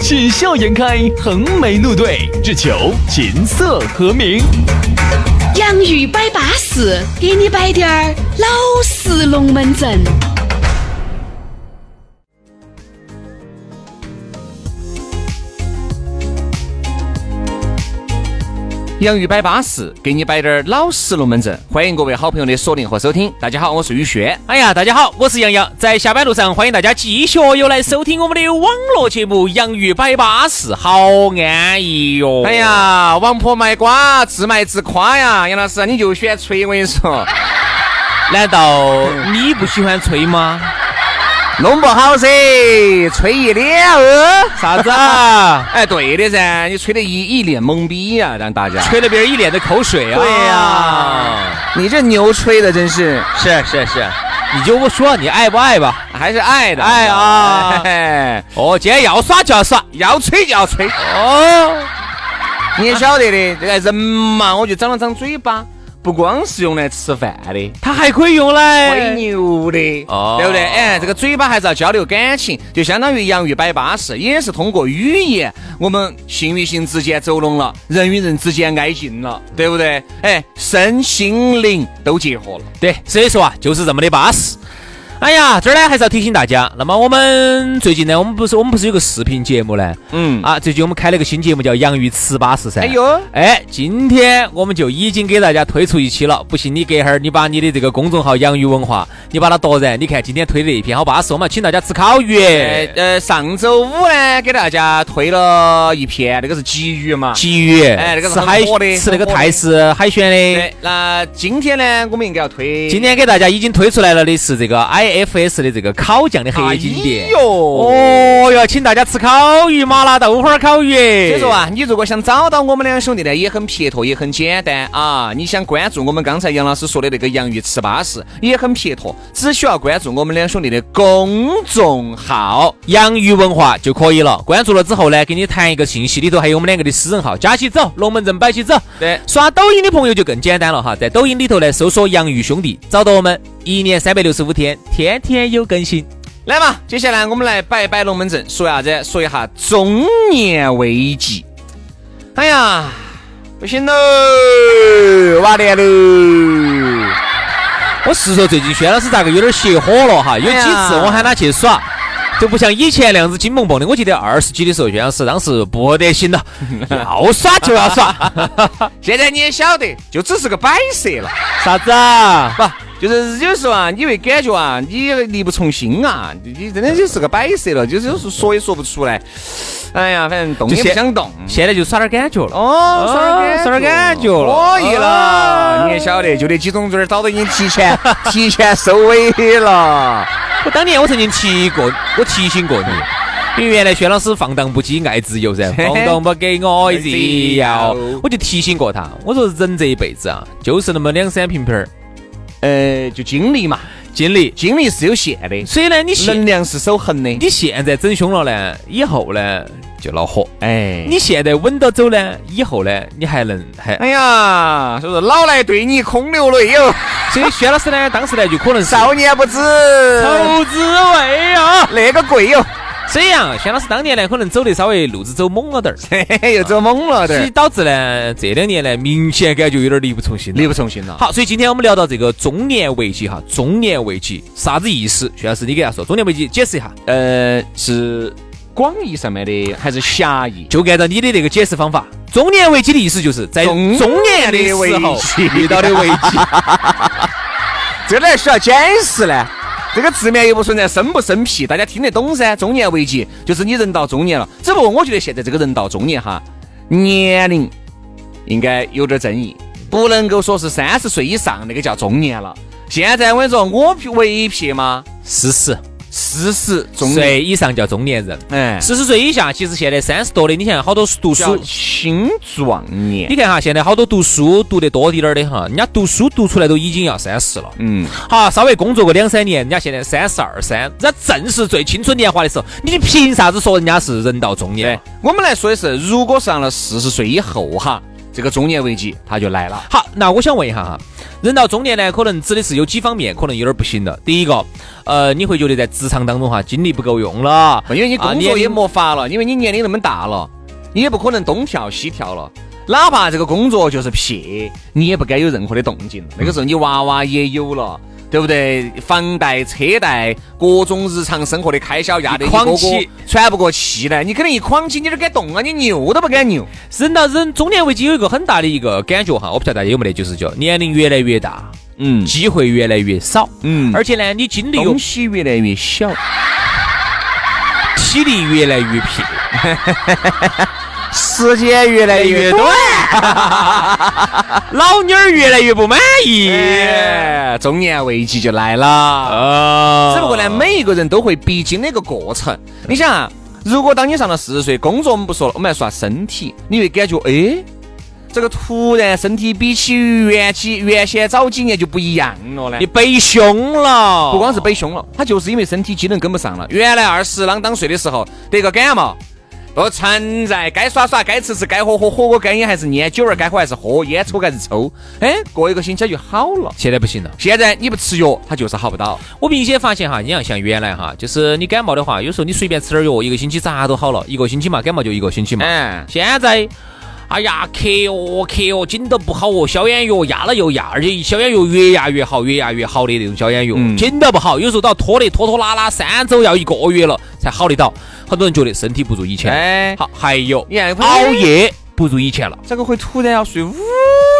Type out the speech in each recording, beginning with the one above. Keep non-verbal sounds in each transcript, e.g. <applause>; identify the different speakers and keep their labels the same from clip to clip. Speaker 1: 喜笑颜开，横眉怒对，只求琴瑟和鸣。
Speaker 2: 洋芋摆巴士，给你摆点儿老式龙门阵。
Speaker 3: 洋芋摆巴适，给你摆点儿老实龙门阵。欢迎各位好朋友的锁定和收听。大家好，我是宇轩。
Speaker 4: 哎呀，大家好，我是杨洋，在下班路上欢迎大家继续又来收听我们的网络节目《洋芋摆巴士》，好安逸哟！
Speaker 3: 哎，呀，王婆卖瓜，自卖自夸呀，杨老师你就喜欢吹，我跟你说，
Speaker 4: 难道你不喜欢吹吗？
Speaker 5: <laughs>
Speaker 3: 弄不好噻，吹一脸哦。
Speaker 4: 啥子啊？
Speaker 3: 哎，对的噻，你吹得一一脸懵逼呀、让大家。
Speaker 4: 吹了别人一脸的口水啊！
Speaker 3: 对呀你这牛吹的真是
Speaker 4: 是是是，你就不说你爱不爱吧？
Speaker 3: 还是爱的，哎
Speaker 4: 爱啊
Speaker 3: 嘿嘿
Speaker 4: 哦，今天要耍就要耍，
Speaker 3: 要吹就要吹。
Speaker 4: 哦，
Speaker 3: 你也晓得的，这个人嘛，我就长了张嘴巴，不光是用来吃饭的。
Speaker 4: 它还可以用来
Speaker 3: 吹牛的，
Speaker 4: 哎哦
Speaker 3: 对不对？哎，这个嘴巴还是要交流感情，就相当于洋芋摆巴士，也是通过语言，我们心与心之间走拢了，人与人之间挨近了，对不对？哎，身心灵都结合了。
Speaker 4: 对，所以说啊，就是这么的巴适。哎呀，这儿呢还是要提醒大家，那么我们最近呢，我们不是我们不是有个视频节目呢？
Speaker 3: 嗯
Speaker 4: 啊，最近我们开了个新节目叫《洋芋吃巴适》噻。
Speaker 3: 哎呦，
Speaker 4: 哎，今天我们就已经给大家推出一期了。不信你隔一会儿你把你的这个公众号“洋芋文化”，你把它夺人。你看今天推的那一篇好巴适，我们要请大家吃烤鱼。
Speaker 3: 呃呃，上周五呢，给大家推了一篇，那个是鲫鱼嘛。
Speaker 4: 鲫鱼，
Speaker 3: 哎那个是
Speaker 4: 吃
Speaker 3: 很
Speaker 4: 海
Speaker 3: 火的
Speaker 4: 吃那个
Speaker 3: 很火的
Speaker 4: 泰式海鲜的
Speaker 3: 对。，那今天呢，我们应该要推
Speaker 4: 今天给大家已经推出来了的是这个 IFS 的这个烤酱的黑金
Speaker 3: 哎
Speaker 4: 店。
Speaker 3: 呦，
Speaker 4: 哦哟，请大家吃烤鱼，麻辣豆花儿烤鱼。所
Speaker 3: 所以说，啊，你如果想找到我们两兄弟呢，也很撇脱，也很简单啊。你想关注我们刚才杨老师说的那个洋芋吃巴适，也很撇脱，只需要关注我们两兄弟的公众号。
Speaker 4: 洋芋文化就可以了。关注了之后呢，给你弹一个信息，里头还有我们两个的私人号，加起走，龙门阵摆起走。
Speaker 3: 对
Speaker 4: 刷抖音的朋友就更简单了哈，在抖音里头呢搜索“洋芋兄弟”，找到我们，一年三百六十五天，天天有更新。
Speaker 3: 来嘛，接下来我们来摆一摆龙门阵，说啥子？说一下中年危机。哎呀，不行喽，完蛋喽！
Speaker 4: 我是说，最近轩老师咋个有点邪火了哈？有几
Speaker 3: 哎呀
Speaker 4: 次我喊他去耍。 <laughs> 就不像以前那样子金蹦蹦的，我记得二十几的时候，轩老师当时不得行 <laughs> 了，要耍就要耍，
Speaker 3: 现在你也晓得，就只是个摆设了。
Speaker 4: 啥子啊？
Speaker 3: 不，就是有时候啊，你会感觉啊，你力不从心啊，你你真的就是个摆设了，就是有时候说也说不出来。哎呀，反正动
Speaker 4: 就
Speaker 3: 也不
Speaker 4: 现
Speaker 3: 想动。
Speaker 4: 现在就耍点感觉了。
Speaker 3: 哦，
Speaker 4: 哦
Speaker 3: 耍
Speaker 4: 耍
Speaker 3: 点
Speaker 4: 点
Speaker 3: 感
Speaker 4: 感
Speaker 3: 觉
Speaker 4: 觉了
Speaker 3: 可以了。
Speaker 4: 哦
Speaker 3: 你也晓得，就那几种嘴儿早都已经提前提前收尾了。
Speaker 4: 我当年我曾经提过，我提醒过你，因为原来轩老师放荡不羁，爱自由噻，放荡不给我自由，我就提醒过他，我说人这一辈子啊，就是那么两三瓶瓶儿
Speaker 3: 呃，就精力嘛，
Speaker 4: 精力，
Speaker 3: 精力是有限的，
Speaker 4: 所以呢，你
Speaker 3: 能
Speaker 4: 现
Speaker 3: 量是守恒的。
Speaker 4: 你现在整凶了呢，以后呢就恼火；
Speaker 3: 哎
Speaker 4: 你现在稳到走呢，以后呢你还能还。
Speaker 3: 哎呀，所以说老来对你空哎流泪哟，
Speaker 4: 所以轩老师呢，当时呢就可能是
Speaker 3: <laughs> 少年不知
Speaker 4: 头滋味啊。
Speaker 3: 那个贵哟。
Speaker 4: 这样，轩老师当年呢可能走的稍微路子走猛了点儿。
Speaker 3: 嘿嘿 <laughs> 嘿，又走懵
Speaker 4: 所
Speaker 3: 了点
Speaker 4: 以，导致呢，这两年呢，明显感觉有点力不从心了。
Speaker 3: 力不从心了。
Speaker 4: 好，所以今天我们聊到这个中年危机哈，中年危机啥子意思？徐老师，你给他说，中年危机解释一下，
Speaker 3: 呃，是广义上面的还是狭义？
Speaker 4: 就按照你的那个解释方法，中年危机的意思就是在
Speaker 3: 哎中
Speaker 4: 中年的时
Speaker 3: 危
Speaker 4: 候
Speaker 3: 机
Speaker 4: 遇到的危机。
Speaker 3: <laughs> 这哪需要解释呢？这个字面又不存在生不生僻，大家听得懂噻。中年危机就是你人到中年了，只不过我觉得现在这个人到中年哈，年龄应该有点争议，不能够说是三十岁以上那个叫中年了。现在我跟你说，我唯一撇嘛，
Speaker 4: 四十
Speaker 3: 四十中年，
Speaker 4: 岁以上叫中年人。
Speaker 3: 哎，
Speaker 4: 四十岁以下，其实现在三十多的，你看好多读
Speaker 3: 叫
Speaker 4: 书，
Speaker 3: 青壮
Speaker 4: 你
Speaker 3: 年。
Speaker 4: 看哈，现在好多读书读得多滴点儿的哈，人家读书读出来都已经要三十了。
Speaker 3: 嗯，
Speaker 4: 好，稍微工作个两三年，人家现在三十二三，人家正是最青春年华的时候，你凭啥子说人家是人到中年
Speaker 3: 对？，哎我们来说的是，如果上了四十岁以后哈，这个中年危机它就来了。
Speaker 4: 好，那我想问一下哈，人到中年呢，可能指的是有几方面，可能有点不行了。第一个，呃，你会觉得在职场当中哈，精力不够用了，
Speaker 3: 因为你
Speaker 4: 啊
Speaker 3: 工
Speaker 4: 年
Speaker 3: 作
Speaker 4: 龄
Speaker 3: 也没法了，因为你年龄那么大了，你也不可能东跳西跳了。哪怕这个工作就是撇，你也不该有任何的动静。那个时候你娃娃也有了，对不对？房贷、车贷，各种日常生活的开销压得
Speaker 4: 一
Speaker 3: 你
Speaker 4: 筐
Speaker 3: 哥哥
Speaker 4: 起
Speaker 3: 喘不过气来，你肯定一哐起，你都敢动啊，你扭都不敢扭。
Speaker 4: 人到人中年危机有一个很大的一个感觉哈，我不晓得大家有没得，就是叫年龄越来越大，
Speaker 3: 嗯
Speaker 4: 机会越来越少，
Speaker 3: 嗯
Speaker 4: 而且呢，你精力又
Speaker 3: 东西越来越小，
Speaker 4: 体力越来越疲。
Speaker 3: 时间越来越短。
Speaker 4: 老妞儿越来越不满意。
Speaker 3: 耶，中年危机就来了。哦
Speaker 4: 啊
Speaker 3: 哎只不过呢，每一个人都会必经的一个过程。你想啊，如果当你上了四十岁，工作我们不说了，我们来说下身体，你会感觉哎，这个突然身体比起原起原先早几年就不一样了呢
Speaker 4: 你。背凶了，
Speaker 3: 不光是背凶了，他就是因为身体机能跟不上了。原来二十啷当岁的时候得个感冒，都存在，该耍耍，该吃吃，该喝喝，火锅该饮还是烟，酒儿该喝还是喝，烟抽还是抽。哎，过一个星期就好了。
Speaker 4: 现在不行了。
Speaker 3: 现在你不吃药，它就是好不到。
Speaker 4: 我明显发现哈，你要像原来哈，就是你感冒的话，有时候你随便吃点药，一个星期咋都好了，一个星期嘛，感冒就一个星期嘛。
Speaker 3: 嗯，
Speaker 4: 现在，哎呀，咳哦咳哦，紧都不好哦，消炎药压了又压，而且消炎药越压越好，越压越好的那种消炎药，
Speaker 3: 嗯
Speaker 4: 紧都不好，有时候都要拖的拖拖拉拉，三周要一个月了才好得到。很多人觉得身体不如以前，
Speaker 3: 哎
Speaker 4: 好，还有
Speaker 3: 你看
Speaker 4: 熬夜不如以前了。
Speaker 3: 咋个会突然要睡午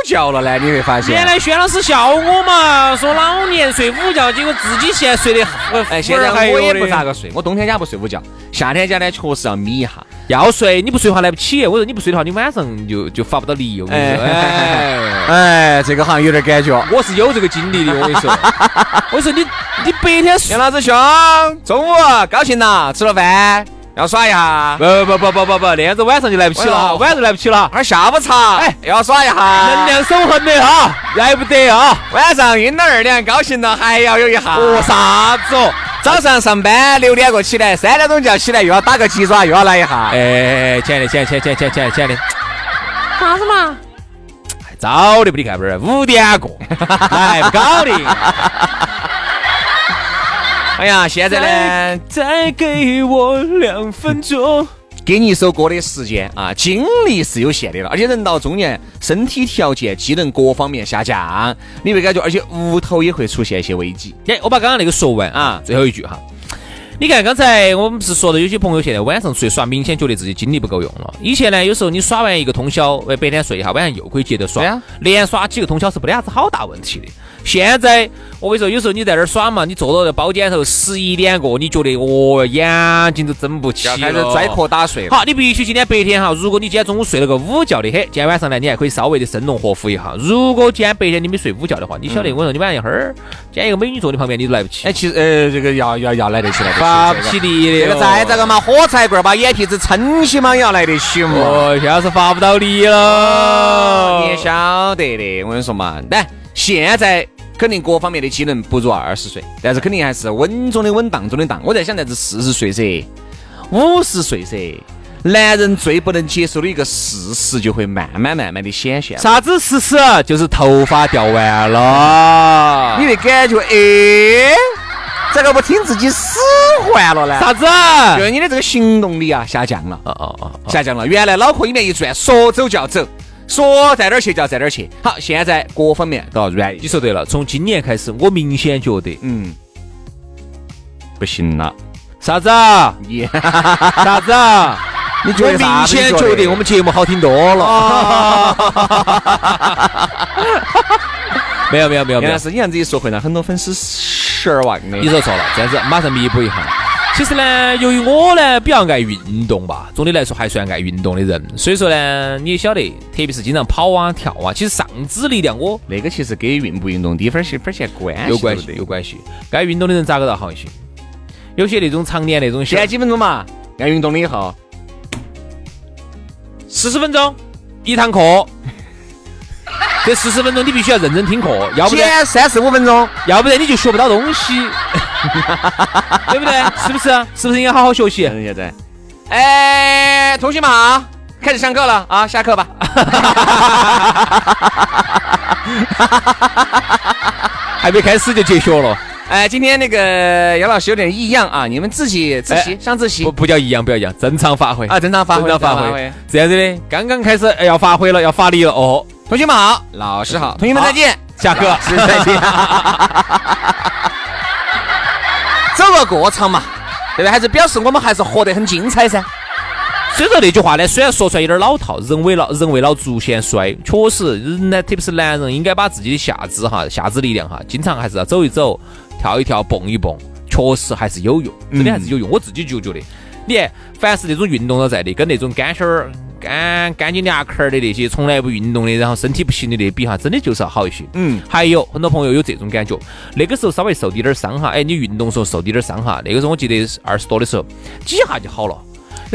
Speaker 3: 觉了呢？你会发现，
Speaker 4: 原来轩老师笑我嘛，说老年睡午觉，结果自己现在睡得
Speaker 3: 哎，现在我也不咋个睡，我冬天家不睡午觉，夏天家呢确实要眯一下。
Speaker 4: 要睡，你不睡的话来不起。我说你不睡的话，你晚上就就发不到力。我跟你说，哎，
Speaker 3: 哎，这个好像有点感觉。
Speaker 4: 我是有这个经历的。我跟你说，我说你你白天睡
Speaker 3: 杨。老师兄，中午高兴了，吃了饭要耍一下，
Speaker 4: 不不不不不不，那样子晚上就来不起了哈，
Speaker 3: 哎呦
Speaker 4: 晚上来不起了，
Speaker 3: 喝下午茶，
Speaker 4: 哎
Speaker 3: 哎，要耍一下，
Speaker 4: 能量守恒的哈，来不得啊！
Speaker 3: 晚上晕了二两，高兴了还要有一下。
Speaker 4: 哦，啥子哦？
Speaker 3: 早上上班六点过起来，三点钟就要起来，又要打个鸡爪，又要来一下。
Speaker 4: 哎，亲爱的，亲爱的，亲爱的，亲爱的，亲爱的，亲爱的，
Speaker 2: 啥子嘛？
Speaker 4: 早的不你看不是五点过，哎，不搞的。
Speaker 3: 哎呀，现在
Speaker 4: 哎
Speaker 3: 呢，
Speaker 4: 再给我两分钟。
Speaker 3: 给你一首歌的时间啊，精力是有限的了，而且人到中年，身体条件、机能各方面下降，你会感觉，而且屋头也会出现一些危机。
Speaker 4: 哎，我把刚刚那个说完啊
Speaker 3: 啊，
Speaker 4: 最后一句哈。你看，刚才我们是说的，有些朋友现在晚上出去耍，明显觉得自己精力不够用了。以前呢，有时候你耍完一个通宵，哎，白天睡一下，晚上又可以接着耍
Speaker 3: 对啊，
Speaker 4: 连耍几个通宵是没得啥子好大问题的。现在我跟你说，有时候你在那儿耍嘛，你坐到那包间头，十一点过，你觉得哦，眼睛都睁不起了，
Speaker 3: 打睡好，
Speaker 4: 好，你必须今天白天哈，如果你今天中午睡了个午觉的很，今天晚上呢，你还可以稍微的生龙活虎一下。如果今天白天你没睡午觉的话，
Speaker 3: 嗯
Speaker 4: 你晓得我说你晚上一会儿，今天一个美女坐你旁边，你都来不起
Speaker 3: 哎，，其实呃，这个要要要来得起来
Speaker 4: 发不
Speaker 3: 得
Speaker 4: 起
Speaker 3: 起。
Speaker 4: 力
Speaker 3: 这
Speaker 4: 的哦。
Speaker 3: 个再咋个嘛，火柴棍儿把眼皮子撑起嘛，也要来得起嘛。哦
Speaker 4: 哦，现在是发不到力了。
Speaker 3: 你也晓得的，我跟你说嘛，来，现在肯定各方面的机能不如二十岁，但是肯定还是稳中的稳，当中的当。我在想，在这四十岁噻，五十岁噻，男人最不能接受的一个事实就会慢慢慢慢的显现。
Speaker 4: 啥子事实？就是头发掉完了
Speaker 3: 你。会感觉，哎，咋个不听自己使唤了呢？
Speaker 4: 啥子？哦
Speaker 3: 就是你的这个行动力啊下降了。
Speaker 4: 哦哦，
Speaker 3: 下降了。原来脑壳里面一转，说走就要走，说在哪儿去就要在哪儿去。好，现在各方面都要软
Speaker 4: 你说对了，从今年开始，我明显觉得
Speaker 3: 嗯，不行了，
Speaker 4: 啥子？
Speaker 3: <laughs> 你
Speaker 4: 啥子？
Speaker 3: 你啊
Speaker 4: 我明显觉得我们节目好听多了。 <laughs> 没有没有没有没
Speaker 3: 原
Speaker 4: 有
Speaker 3: 来，是你这样子一说，会让很多粉丝失望的
Speaker 4: 你。说错了，这样子马上弥补一下。其实呢，由于我呢比较爱运动吧，总的来说还算爱运动的人，所以说呢，你也晓得，特别是经常跑啊、跳啊，其实上肢力量我
Speaker 3: 那个其实跟运不运动低分儿、细分儿线关系
Speaker 4: 有关系，有关系。该运动的人咋个倒好一些？有些那种常年那种小
Speaker 3: 练几分钟嘛，要运动了以后，
Speaker 4: 四十分钟一堂课，这四十分钟你必须要认真听课，要不然
Speaker 3: 减三十五分钟，
Speaker 4: 要不然你就学不到东西，
Speaker 3: <laughs>
Speaker 4: 对不对？是不是？是不是应该好好学习？
Speaker 3: 现在，哎，同学们好，开始上课了啊，下课 <laughs> 吧。
Speaker 4: 还没开始就结学了，
Speaker 3: 哎，今天那个杨老师有点异样啊，你们自己自习
Speaker 4: 哎
Speaker 3: 上自习
Speaker 4: 不不叫一样，不要一样，正常发挥
Speaker 3: 啊，正常发
Speaker 4: 正
Speaker 3: 挥，
Speaker 4: 常发挥。。这样子的，刚刚开始哎要发挥了，要发力了哦，
Speaker 3: 同学们好，老师好，同学们再见，
Speaker 4: 下课。
Speaker 3: 是再 <laughs> 见。走个过场嘛，对吧？还是表示我们还是活得很精彩噻。
Speaker 4: 所以说那句话呢，虽然说出来有点老套，人为老人为老足先衰，确实人呢，特别是男人，应该把自己的下肢哈、下肢力量哈，经常还是要走一走、跳一跳、蹦一蹦，确实还是有用，真的还是有用。我自己就觉得，你看，凡是那种运动了在的，跟那种干心儿、干干净牙壳儿的那些从来不运动的，然后身体不行的那比哈，真的就是要好一些。
Speaker 3: 嗯，
Speaker 4: 还有很多朋友有这种感觉，那个时候稍微受滴点儿伤哈，哎，你运动时候受滴点儿伤哈，那个时候我记得是二十多的时候，几下就好了。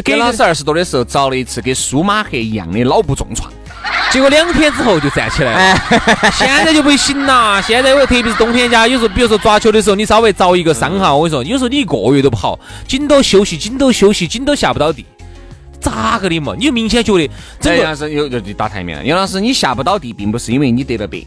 Speaker 3: 给
Speaker 4: 一个
Speaker 3: 老师二十多的时候遭了一次跟舒马赫一样的脑部重创，
Speaker 4: 结果两天之后就站起来了，现在就不行了。现在我特别是冬天家，有时候比如说抓球的时候，你稍微遭一个伤哈，我跟你说，有时候你一个月都不好，紧都休息，紧都休息，紧都下不到地，咋个的嘛？你就明显觉得整
Speaker 3: 这
Speaker 4: 个
Speaker 3: 样是有就就打台面了。杨老师，你下不到地，并不是因为你得了病，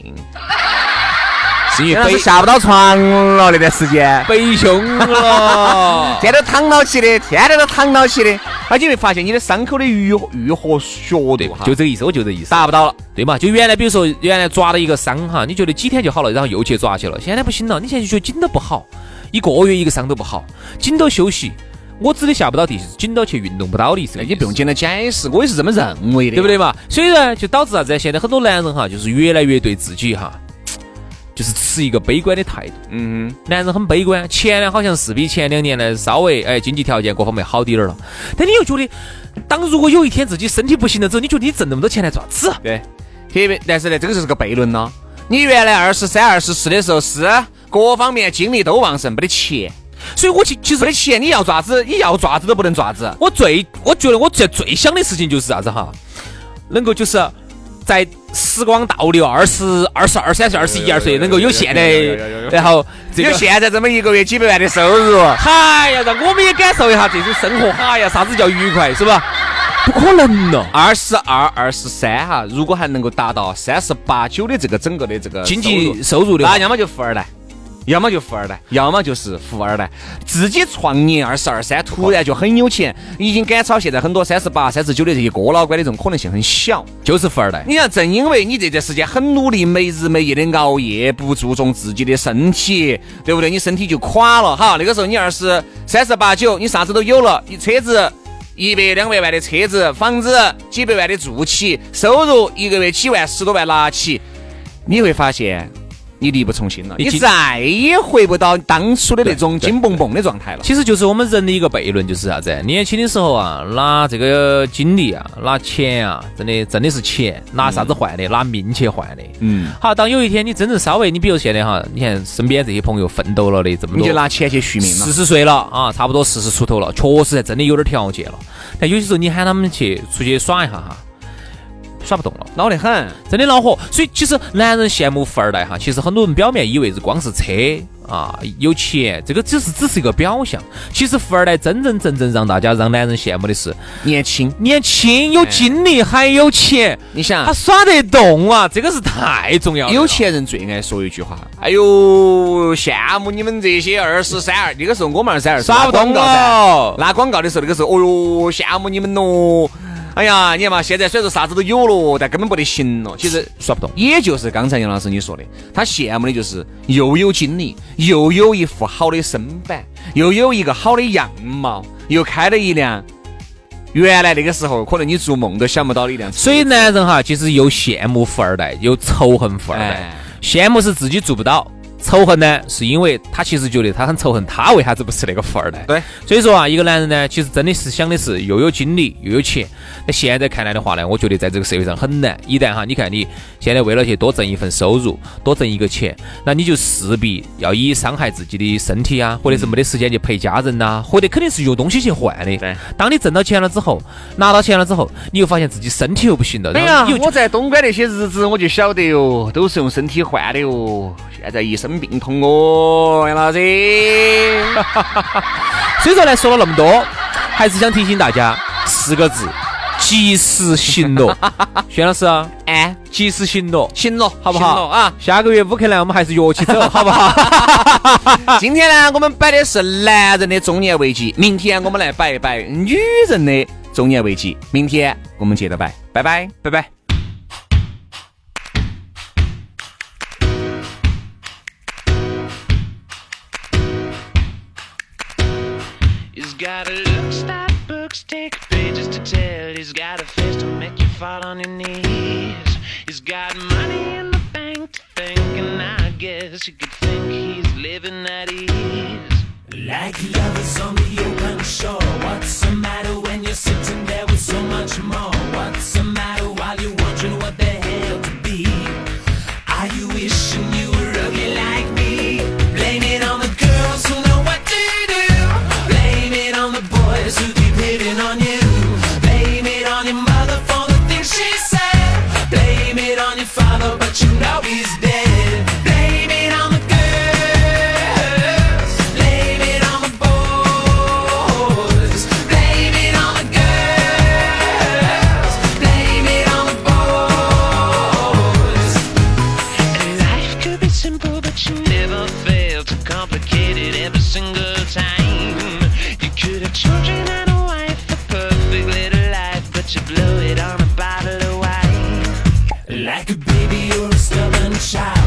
Speaker 4: 是因
Speaker 3: 杨老
Speaker 4: 为
Speaker 3: 师下不到床了那段时 <laughs> 间。，
Speaker 4: 背背胸了
Speaker 3: 天天都躺到起的，天天都躺到起的，而且你会发现你的伤口的愈愈合速
Speaker 4: 对
Speaker 3: 度哈，
Speaker 4: <laughs> 就这个意思，我就这个意思。
Speaker 3: 达不到了。
Speaker 4: 对嘛？就原来比如说原来抓了一个伤哈，你觉得几天就好了，然后又去抓去了，现在不行了，你现在就觉得紧都不好，一个月一个伤都不好，紧都休息。我指的下不到地，是紧到去哎运动不到的意思。
Speaker 3: 哎你不用简单解释，我也是这么认为的，
Speaker 4: 对不？对嘛？所以呢，就导致啥子？现在很多男人哈，就是越来越对自己哈，就是持一个悲观的态度。
Speaker 3: 嗯，
Speaker 4: 男人很悲观，前呢好像是比前两年呢稍微哎经济条件各方面好滴点儿了，但你又觉得，当如果有一天自己身体不行了之后，你觉得你挣那么多钱来做啥子？
Speaker 3: 对。特别，但是呢，这个就是个悖论咯。你原来二十三、二十四的时候是各方面精力都旺盛，没得钱，
Speaker 4: 所以我其其实
Speaker 3: 没得钱，你要爪子，你要爪子都不能爪子。
Speaker 4: 我最我觉得我最最想的事情就是啥子哈，能够就是。在时光倒流，二十二、十二、三岁、二十一、二岁，能够有现在，然后这个
Speaker 3: 有现在这么一个月几百万的收入，
Speaker 4: 啊嗨呀，让我们也感受一下这种生活。嗨呀，啥子叫愉快，是吧？不可能了。
Speaker 3: 二十二、二十三哈，如果还能够达到三十八九的这个整个的这个
Speaker 4: 经
Speaker 3: 收入
Speaker 4: 济收入的话
Speaker 3: 那，要么就富二代，要么就富二代，要么就是富二代，自己创业二十二三，突然就很有钱，已经赶超现在很多三十八、三十九的这些哥老倌的这种可能性很小。
Speaker 4: 就是富二代。
Speaker 3: 你看，正因为你这段时间很努力，没日没夜的熬夜，不注重自己的身体，对不对？你身体就垮了哈。那个时候你二十三十八九，你啥子都有了，你车子。一百两百万的车子、房子，几百万的住起，收入一个月几万、十多万拿起，你会发现你力不从心了，
Speaker 4: 已
Speaker 3: 你
Speaker 4: 经
Speaker 3: 再也回不到当初的那种紧蹦蹦的状态了。
Speaker 4: 其实就是我们人的一个悖论，就是啥子？年轻的时候啊，拿这个精力啊，拿钱啊，真的真的是钱，拿啥子换的？拿命去换的。
Speaker 3: 嗯，
Speaker 4: 好，当有一天你真正稍微，你比如现在哈，你看身边这些朋友奋斗了的这么多，
Speaker 3: 你就拿钱去续命了
Speaker 4: 四。十岁了啊，差不多四十出头了，确实真的有点条件了。但有些时候你喊他们去出去耍一下哈，耍不动了。
Speaker 3: 恼得很，
Speaker 4: 真的恼火。所以其实男人羡慕富二代哈，其实很多人表面以为是光是车啊有钱，这个只是只是一个表象。其实富二代真真正正让大家让男人羡慕的是
Speaker 3: 年轻。
Speaker 4: 年轻有精力还有钱，
Speaker 3: 你想，
Speaker 4: 他耍得动啊，这个是太重要了。
Speaker 3: 啊有钱人最爱说一句话：“哎呦，羡慕你们这些二十三二。”那个时候我们二十三二
Speaker 4: 耍不动啊
Speaker 3: 拉广告噻。
Speaker 4: 了。
Speaker 3: 拉广告的时候，那个时候，哦哟，羡慕你们喽！哎呀，你看嘛，现在虽然说啥子都有了，但根本不得行了。其实
Speaker 4: 耍不动，
Speaker 3: 也就是刚才杨老师你说的，他羡慕的就是又有精力，又有一副好的身板，又有一个好的样貌，又开了一辆原来那个时候可能你做梦都想不到的一辆车。
Speaker 4: 所以男人哈，其实又羡慕富二代，又仇恨富二代
Speaker 3: 哎。
Speaker 4: 羡慕是自己做不到，仇恨呢，是因为他其实觉得他很仇恨，他为啥子不是那个富二代？
Speaker 3: 对，
Speaker 4: 所以说啊，一个男人呢，其实真的是想的是又有精力又有钱。那现在看来的话呢，我觉得在这个社会上很难。一旦哈，你看你现在为了去多挣一份收入，多挣一个钱，那你就势必要以伤害自己的身体啊，或者是没得时间去陪家人呐、或者肯定是用东西去换的。
Speaker 3: 对，
Speaker 4: 当你挣到钱了之后，拿到钱了之后，你又发现自己身体又不行了，
Speaker 3: 哎
Speaker 4: 然后
Speaker 3: 呀
Speaker 4: 你又，觉
Speaker 3: 我在东莞那些日子我就晓得哟，都是用身体换的哟。现在一身病痛哦，杨老师。
Speaker 4: 所以说呢，说了那么多，还是想提醒大家四个字：及时行乐。轩老师啊，
Speaker 3: <laughs> 哎，
Speaker 4: 及时行乐，
Speaker 3: 行了，
Speaker 4: 好不好
Speaker 3: 行了啊？
Speaker 4: 下个月乌克兰我们还是约起走，好不
Speaker 3: <laughs>
Speaker 4: 好？
Speaker 3: 啊今天呢，我们摆的是男人的中年危机，明天我们来摆一摆女人的中年危机。明天我们接着摆，拜拜，拜拜。
Speaker 6: He's got a look that books take pages to tell. He's got a face to make you fall on your knees. He's got money in the bank to think, and I guess you could think he's living at ease.
Speaker 7: Like lovers on the open shore. What's the matter when you're sitting there with so much more? What's the matter while you're wondering what the hell to be? Are you wishing you were ugly like me? Blame it on the girls who know what to do. Blame it on the boys who keep hitting on you. Blame it on your mother for the things she said. Blame it on your father, but you know he's dead. Blame it on the girls. Blame it on the boys. Blame it on the girls. Blame it on the boys.
Speaker 6: And life could be simple, but you never fail to complicate it every single time. You could have children and a wife, a perfect little life, but you blew it on a bottle of wine.
Speaker 7: Like a baby or a stubborn child.